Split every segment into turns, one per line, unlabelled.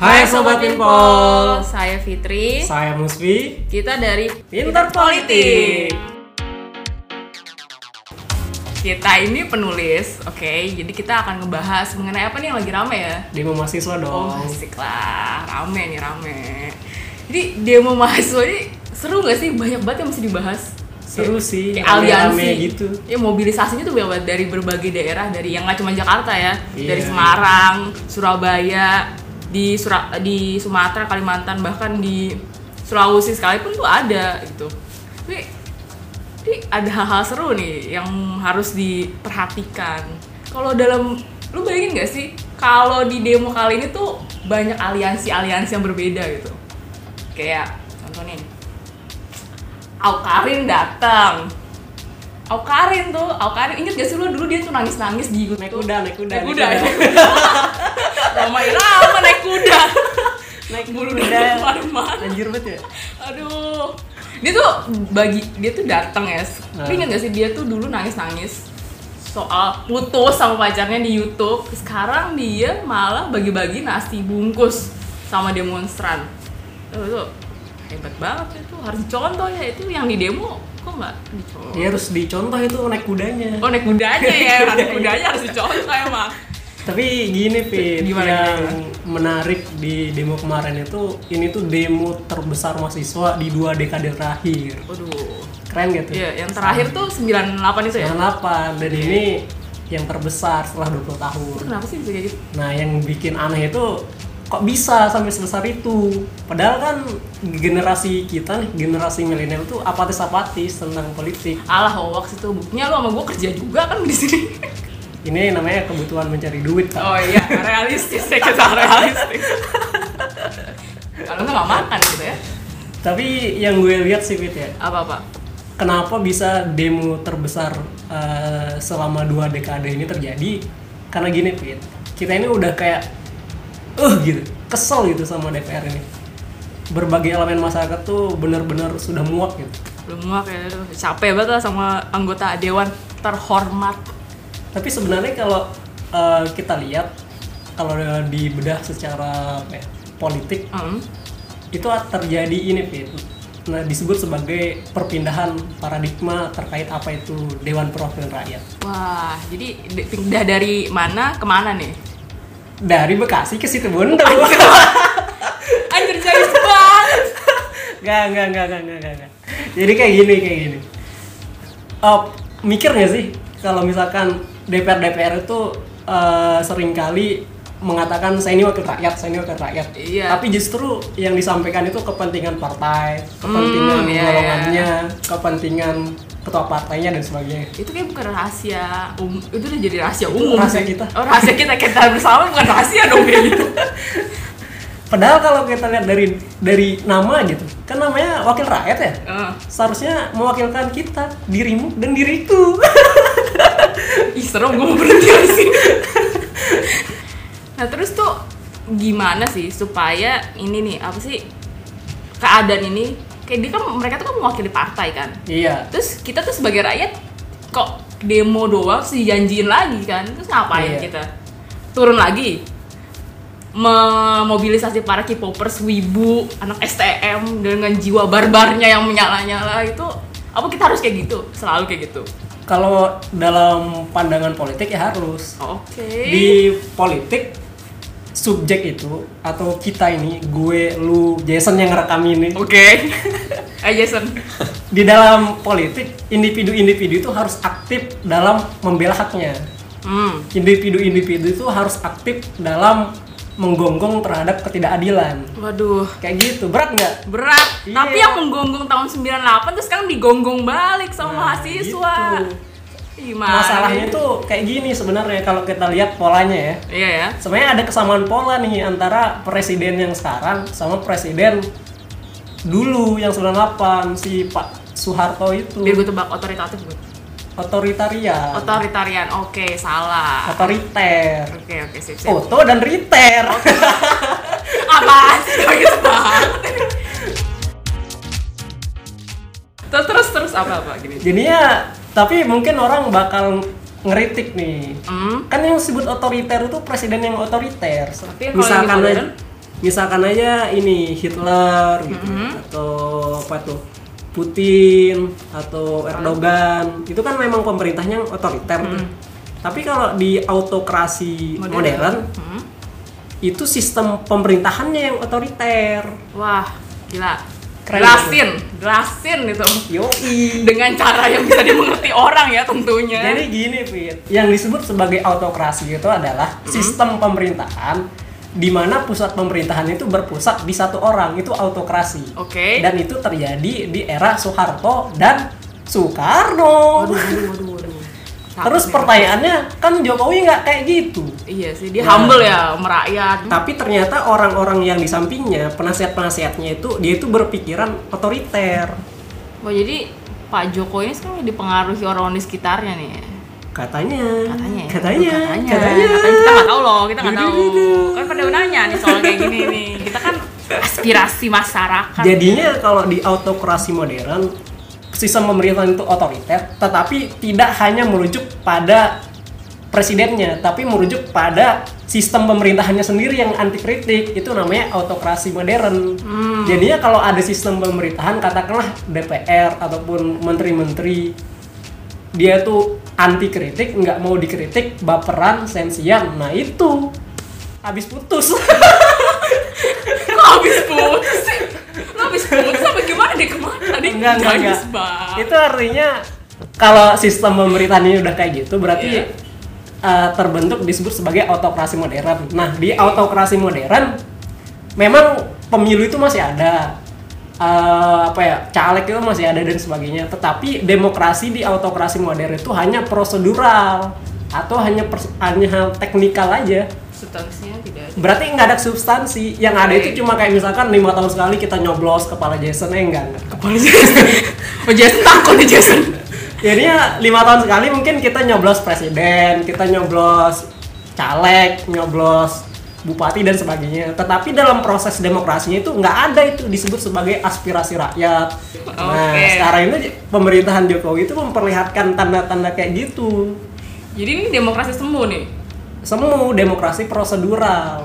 Hai Sobat Pinpol,
saya Fitri.
saya Musfi,
Kita dari
Pinter Politik.
Kita ini penulis, oke. jadi kita akan ngebahas mengenai apa nih yang lagi rame ya?
Demo mahasiswa
Oh,
dong.
asik lah, rame nih rame. Jadi demo mahasiswa ini seru gak sih? Banyak banget yang mesti dibahas.
Seru
Kayak-
sih,
kayak
rame-rame
aliansi
gitu.
Ya mobilisasinya tuh banyak banget dari berbagai daerah, dari yang nggak cuma Jakarta ya,
Iya.
dari Semarang, Surabaya, di Sura- di Sumatera, Kalimantan, bahkan di Sulawesi sekalipun tuh ada gitu. Tapi, tapi ada hal-hal seru nih yang harus diperhatikan. Kalau dalam lu bayangin gak sih kalau di demo kali ini tuh banyak aliansi-aliansi yang berbeda gitu. Kayak contoh nih, Aukarin datang. Aukarin tuh, Aukarin inget gak sih lu dulu dia tuh nangis-nangis di YouTube.
Naik kuda, naik kuda,
naik kuda. Naik kuda. Roma Irama naik kuda.
Naik
Bulu
kuda.
dari mana-mana.
Anjir banget ya.
Aduh. Dia tuh bagi dia tuh datang ya.
Nah.
Tapi inget gak sih dia tuh dulu nangis-nangis soal putus sama pacarnya di YouTube. Sekarang dia malah bagi-bagi nasi bungkus sama demonstran. Tuh, tuh. hebat banget itu harus dicontoh ya itu yang di demo kok nggak dicontoh
Ini harus dicontoh itu naik kudanya.
Oh naik kudanya ya, naik kudanya harus dicontoh emang.
Tapi gini Fit,
Gimana,
yang
gimana?
menarik di demo kemarin itu, ini tuh demo terbesar mahasiswa di dua dekade terakhir.
Waduh.
Keren gitu.
Iya, yang terakhir tuh 98 itu ya.
Yang 8 dan ini yang terbesar setelah 20 tahun.
Itu kenapa sih bisa kayak gitu?
Nah, yang bikin aneh itu kok bisa sampai sebesar itu? Padahal kan generasi kita nih, generasi milenial tuh apatis-apatis tentang politik.
Alah hoax itu buktinya lu sama gua kerja juga kan di sini.
Ini namanya kebutuhan mencari duit, Kak.
Oh iya, realistis ya kita realistis. Kalau nggak nggak makan gitu ya.
Tapi yang gue lihat sih, Fit, ya,
Apa apa?
kenapa bisa demo terbesar eh, selama dua dekade ini terjadi? Karena gini, Fit, kita ini udah kayak, eh gitu, kesel gitu sama DPR ini. Berbagai elemen masyarakat tuh bener-bener sudah muak gitu.
Belum muak ya, aduh, capek banget lah sama anggota dewan terhormat.
tapi sebenarnya kalau uh, kita lihat kalau dibedah secara apa ya, politik
Hmm.
itu terjadi ini Fit. Nah, disebut sebagai perpindahan paradigma terkait apa itu Dewan Perwakilan Rakyat.
Wah, jadi de- pindah dari mana ke mana nih?
Dari Bekasi ke situ Bondo.
Anjir jayus banget.
Gak, gak, gak, gak, gak, gak, gak. Jadi kayak gini, kayak gini. Eh, mikir gak sih kalau misalkan DPR-DPR itu eh, seringkali mengatakan saya ini wakil rakyat, saya ini wakil rakyat.
Iya.
Tapi justru yang disampaikan itu kepentingan partai, kepentingan
iya, iya.
golongannya, kepentingan ketua partainya dan sebagainya.
itu kayak bukan rahasia umum itu udah jadi rahasia umum
rahasia kita.
oh rahasia kita kita bersama bukan rahasia dong kayak gitu
Padahal kalau kita lihat dari dari nama gitu, kan namanya wakil rakyat ya.
Eh,
Seharusnya mewakilkan kita, dirimu dan diriku.
ih serem gue mau berhenti di sini nah terus tuh gimana sih supaya ini nih apa sih keadaan ini kayak dia kan mereka tuh kan mewakili partai kan
iya.
terus kita tuh sebagai rakyat kok demo doang terus dijanjiin lagi kan terus ngapain
Iya.
kita turun lagi memobilisasi para K-popers wibu anak STM dengan jiwa barbarnya yang menyala-nyala itu apa kita harus kayak gitu selalu kayak gitu
Kalau dalam pandangan politik ya harus.
oke
Di politik subjek itu atau kita ini gue lu Jason yang ngerekam ini
oke Eh, Jason
di dalam politik individu-individu itu harus aktif dalam membela haknya
hmm
individu-individu itu harus aktif dalam menggonggong terhadap ketidakadilan
waduh
kayak gitu berat nggak
berat
Iya.
tapi yang menggonggong tahun 98 terus sekarang digonggong balik sama
Nah,
mahasiswa
gitu.
Gimana
masalahnya
ini?
tuh kayak gini sebenarnya kalau kita lihat polanya ya
iya ya
sebenarnya ada kesamaan pola nih antara presiden yang sekarang sama presiden dulu yang 98 si Pak Soeharto itu
biar gue tebak otoritatif gue
otoritarian,
otoritarian oke salah
otoriter,
oke oke sip sip
oto dan riter.
apa sih Serius banget. terus terus terus apa apa gini
Jadinya tapi mungkin orang bakal ngeritik nih.
hmm
Kan yang disebut otoriter itu presiden yang otoriter.
Tapi yang kalau
misalkan
lagi
aja-
modern?
misalkan aja ini Hitler gitu
Mm-hmm.
atau apa tuh Putin atau Erdogan itu kan memang pemerintahnya yang otoriter tuh. tapi kalau di autokrasi modern,
Mm-hmm. Modern. Hmm.
itu sistem pemerintahannya yang otoriter
Wah, gila.
Keren.
Jelasin, jelasin itu.
yoi
Dengan cara yang bisa dimengerti orang ya tentunya.
Jadi gini, Fit. Yang disebut sebagai autokrasi itu adalah sistem pemerintahan di mana pusat pemerintahan itu berpusat di satu orang, itu autokrasi.
Oke.
Dan itu terjadi di era Soeharto dan Soekarno.
Waduh, waduh, waduh, waduh. Takut
Terus
nih.
pertanyaannya, kan Jokowi nggak kayak gitu.
Iya sih, dia
Nah.
humble ya, merakyat.
Tapi ternyata orang-orang yang di sampingnya, penasihat-penasihatnya itu, dia itu berpikiran otoriter.
Wah, jadi Pak Jokowi ini sekarang dipengaruhi orang-orang di sekitarnya nih.
Katanya.
Katanya. ya?
Katanya.
Katanya. Katanya kita nggak tahu loh, kita nggak tahu. Kan pada nanya nih soal kayak gini nih. Kita kan aspirasi masyarakat.
Jadinya kalau di autokrasi modern, sistem pemerintahan itu otoriter, tetapi tidak hanya merujuk pada presidennya, tapi merujuk pada sistem pemerintahannya sendiri yang anti kritik. Itu namanya autokrasi modern. Jadinya kalau ada sistem pemerintahan, katakanlah DPR ataupun menteri-menteri, dia tuh anti kritik, nggak mau dikritik, baperan, sensian. Nah itu habis putus.
Kok habis putus sih? Lo habis putus apa gimana deh kemana? Tadi
enggak enggak enggak.
jayus banget.
itu artinya kalau sistem pemerintahan ini udah kayak gitu berarti
Iya.
eh, terbentuk disebut sebagai autokrasi modern nah di autokrasi modern memang pemilu itu masih ada eh, apa ya caleg itu masih ada dan sebagainya tetapi demokrasi di autokrasi modern itu hanya prosedural atau hanya pers- hanya hal teknikal aja
Substansinya tidak ada.
berarti nggak ada substansi yang ada
Oke.
itu cuma kayak misalkan lima tahun sekali kita nyoblos kepala Jason eh enggak, enggak.
Kepala Jason. Oh Jason takut nih Jason.
Jadinya lima tahun sekali mungkin kita nyoblos presiden, kita nyoblos caleg, nyoblos bupati dan sebagainya. Tetapi dalam proses demokrasinya itu nggak ada itu disebut sebagai aspirasi rakyat. Nah,
Oke.
sekarang ini pemerintahan Jokowi itu memperlihatkan tanda-tanda kayak gitu.
Jadi ini demokrasi semu nih.
Semua demokrasi prosedural.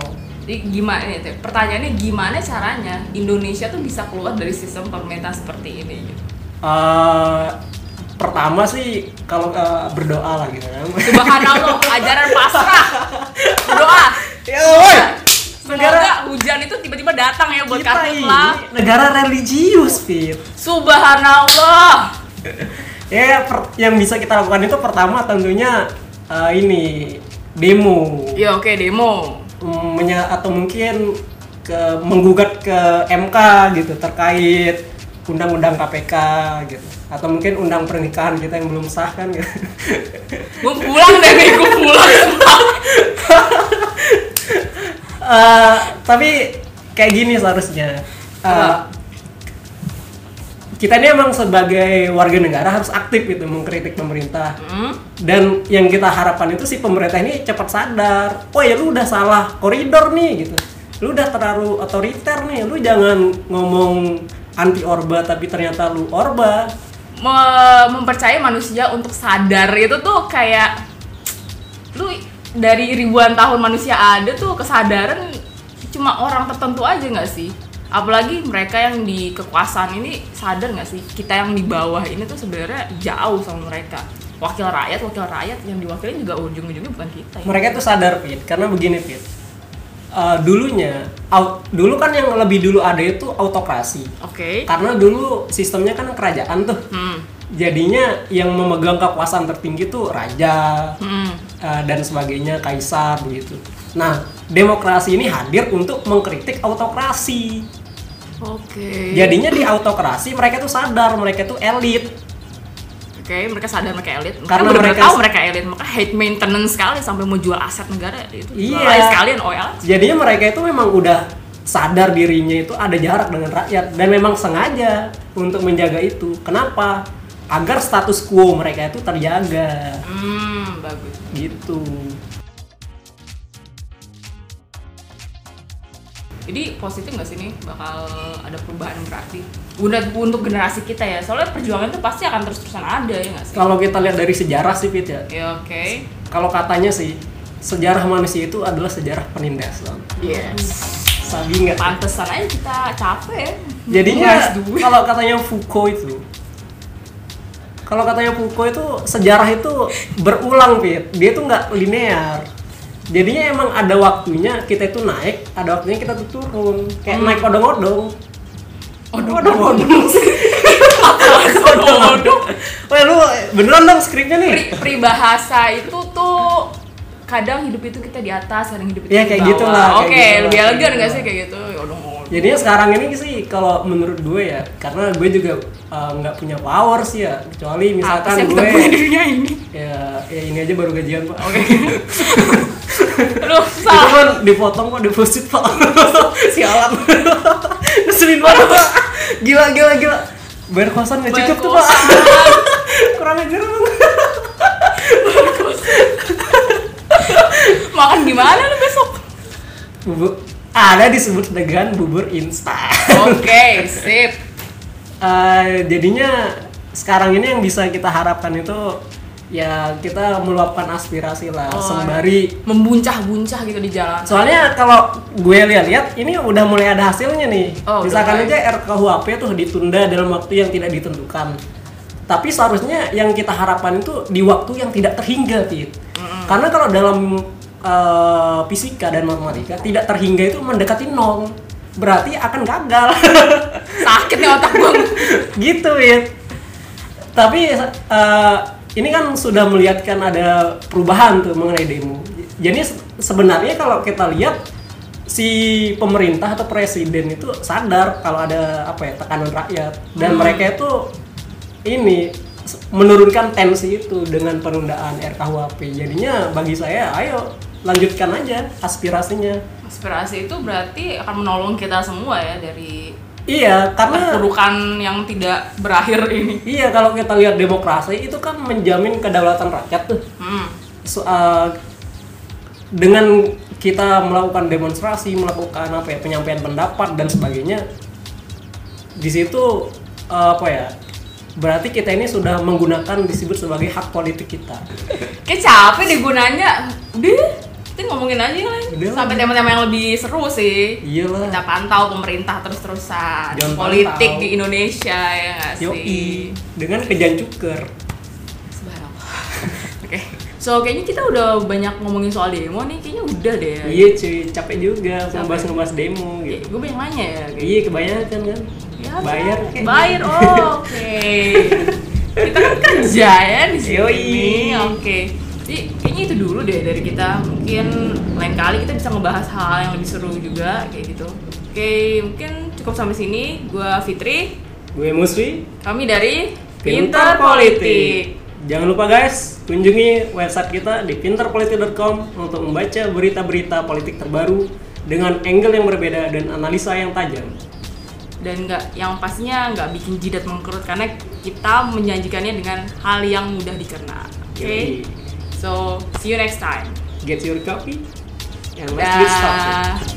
Jadi gimana nih? Teh? Pertanyaannya gimana caranya Indonesia tuh bisa keluar dari sistem pemerintahan seperti ini? gitu?
Eh, pertama sih kalau eh, berdoa lah gitu kan.
Subhanallah, ajaran pasrah. Doa.
Ya, woi. Negara
Semoga hujan itu tiba-tiba datang ya buat
kita ini
kartu
negara religius, Fit.
Subhanallah.
ya per- yang bisa kita lakukan itu pertama tentunya eh, ini demo
Ya oke demo.
Mm, menya- atau mungkin ke menggugat ke MK gitu terkait undang-undang KPK gitu atau mungkin undang pernikahan kita yang belum sah kan gitu.
Gue pulang deh, nih, gue pulang. sumpah.
Eh, tapi kayak gini seharusnya Eh,
Apa?
kita ini emang sebagai warga negara harus aktif gitu mengkritik pemerintah
Hmm?
dan yang kita harapkan itu si pemerintah ini cepat sadar oh ya lu udah salah koridor nih gitu lu udah terlalu otoriter nih lu jangan ngomong anti orba tapi ternyata lu orba
Me- mempercayai manusia untuk sadar itu tuh kayak lu dari ribuan tahun manusia ada tuh kesadaran cuma orang tertentu aja nggak sih apalagi mereka yang di kekuasaan ini sadar nggak sih kita yang di bawah ini tuh sebenarnya jauh sama mereka wakil rakyat wakil rakyat yang diwakilin juga ujung-ujungnya bukan kita ya.
mereka tuh sadar Pit karena begini Pit Eh, dulunya au- dulu kan yang lebih dulu ada itu autokrasi
oke
karena dulu sistemnya kan kerajaan tuh
hmm.
jadinya yang memegang kekuasaan tertinggi tuh raja
Hmm.
eh, dan sebagainya kaisar begitu. Nah, demokrasi ini hadir untuk mengkritik autokrasi.
oke
Jadinya di autokrasi mereka tuh sadar mereka tuh elit.
Oke, mereka sadar mereka elit. Mereka
Karena
Karena mereka
mereka-
tahu mereka elit, mereka hate maintenance sekali sampai mau jual aset negara itu.
Iya.
Jual aja sekalian OL.
Jadinya mereka itu memang udah sadar dirinya itu ada jarak dengan rakyat dan memang sengaja untuk menjaga itu. Kenapa? Agar status quo mereka itu terjaga
Hmm, bagus.
gitu.
Jadi positif nggak sih nih bakal ada perubahan berarti untuk untuk generasi kita ya. Soalnya perjuangan itu pasti akan terus-terusan ada ya nggak sih?
Kalau kita lihat dari sejarah sih Fit ya.
Ya oke.
Iya. Kalau katanya sih sejarah manusia itu adalah sejarah penindasan.
Yes.
Sabi nggak?
pantesan aja kita capek
Jadinya
Nguras duit.
Iya. kalau katanya Foucault itu kalau katanya Foucault itu sejarah itu berulang, Pit. Dia tuh nggak linear. Jadinya emang ada waktunya kita itu naik, ada waktunya kita tuh turun. Kayak
Hmm.
naik odong-odong. Odong-odong.
Odong-odong.
Wah, lu beneran dong skripnya nih?
Pri- peribahasa itu tuh kadang hidup itu kita di atas kadang hidup itu
Iya,
di
kayak
bawah.
gitulah, kayak
oke
gitulah.
lebih elegan
Kayak
nggak
gitulah.
sih kayak gitu odong-odong
Jadinya sekarang ini sih kalau menurut gue ya, karena gue juga uh, nggak punya power sih ya, kecuali
apa sih
misalkan
yang kita
gue
punya di dunia ini
ya, ya ini aja baru gajian pak. Oke.
aduh
Itu
salah
kan dipotong pak deposit pak. Sialan. Ngeselin banget pak. Gila gila gila. Bayar kosan nggak cukup tuh pak. Kurang ajar lu.
makan gimana lu besok
Bubur. Ada disebut dengan bubur instan.
oke sip
Eh, jadinya sekarang ini yang bisa kita harapkan itu ya kita meluapkan aspirasi lah
Oh.
sembari
membuncah-buncah gitu di jalan
soalnya kalau gue lihat-lihat ini udah mulai ada hasilnya nih
Oh, udah
misalkan
mulai.
aja RKUHP tuh ditunda dalam waktu yang tidak ditentukan tapi seharusnya yang kita harapkan itu di waktu yang tidak terhingga Fit. karena kalau dalam eh, fisika dan matematika tidak terhingga itu mendekati nol berarti akan gagal
sakit nih otak gua
gitu ya tapi eh, ini kan sudah melihatkan ada perubahan tuh mengenai demo jadi se- sebenarnya kalau kita lihat si pemerintah atau presiden itu sadar kalau ada apa ya tekanan rakyat dan mereka itu ini s- menurunkan tensi itu dengan penundaan RKUHP jadinya bagi saya ayo lanjutkan aja aspirasinya
aspirasi itu berarti akan menolong kita semua ya dari
iya karena
perburukan yang tidak berakhir ini
iya kalau kita lihat demokrasi itu kan menjamin kedaulatan rakyat tuh
hmm.
So, uh, dengan kita melakukan demonstrasi, melakukan apa ya penyampaian pendapat dan sebagainya, di situ uh, apa ya? Berarti kita ini sudah menggunakan disebut sebagai hak politik kita.
kayak capek deh gunanya udah kita ngomongin aja lah
Udah lah.
sampai tema-tema yang lebih seru sih
Iyalah.
kita pantau pemerintah terus-terusan
Jangan
politik
pantau.
di Indonesia ya nggak sih
Yoi, dengan kejan cukur.
Subhanallah. oke so kayaknya kita udah banyak ngomongin soal demo nih kayaknya udah deh ya.
Iya cuy, capek juga ngebahas-ngebahas demo
Kayak
gitu.
gue banyak nanya ya kayak-
Iya kebanyakan kan.
Ya,
Bayar
kan?
kek.
bayar oh, oke kita kan kerja ya di sini
Yoi.
oke jadi kayaknya itu dulu deh dari kita mungkin lain kali kita bisa ngebahas hal yang lebih seru juga kayak gitu oke mungkin cukup sampai sini gua Fitri
Gue Musri,
kami dari
Pinter Politik. Jangan lupa guys, kunjungi website kita di pinterpolitik.com untuk membaca berita-berita politik terbaru dengan angle yang berbeda dan analisa yang tajam.
dan nggak yang pastinya nggak bikin jidat mengkerut karena kita menjanjikannya dengan hal yang mudah dicerna oke
Yoi.
so see you next time
Get your copy and let's get started.
Dah.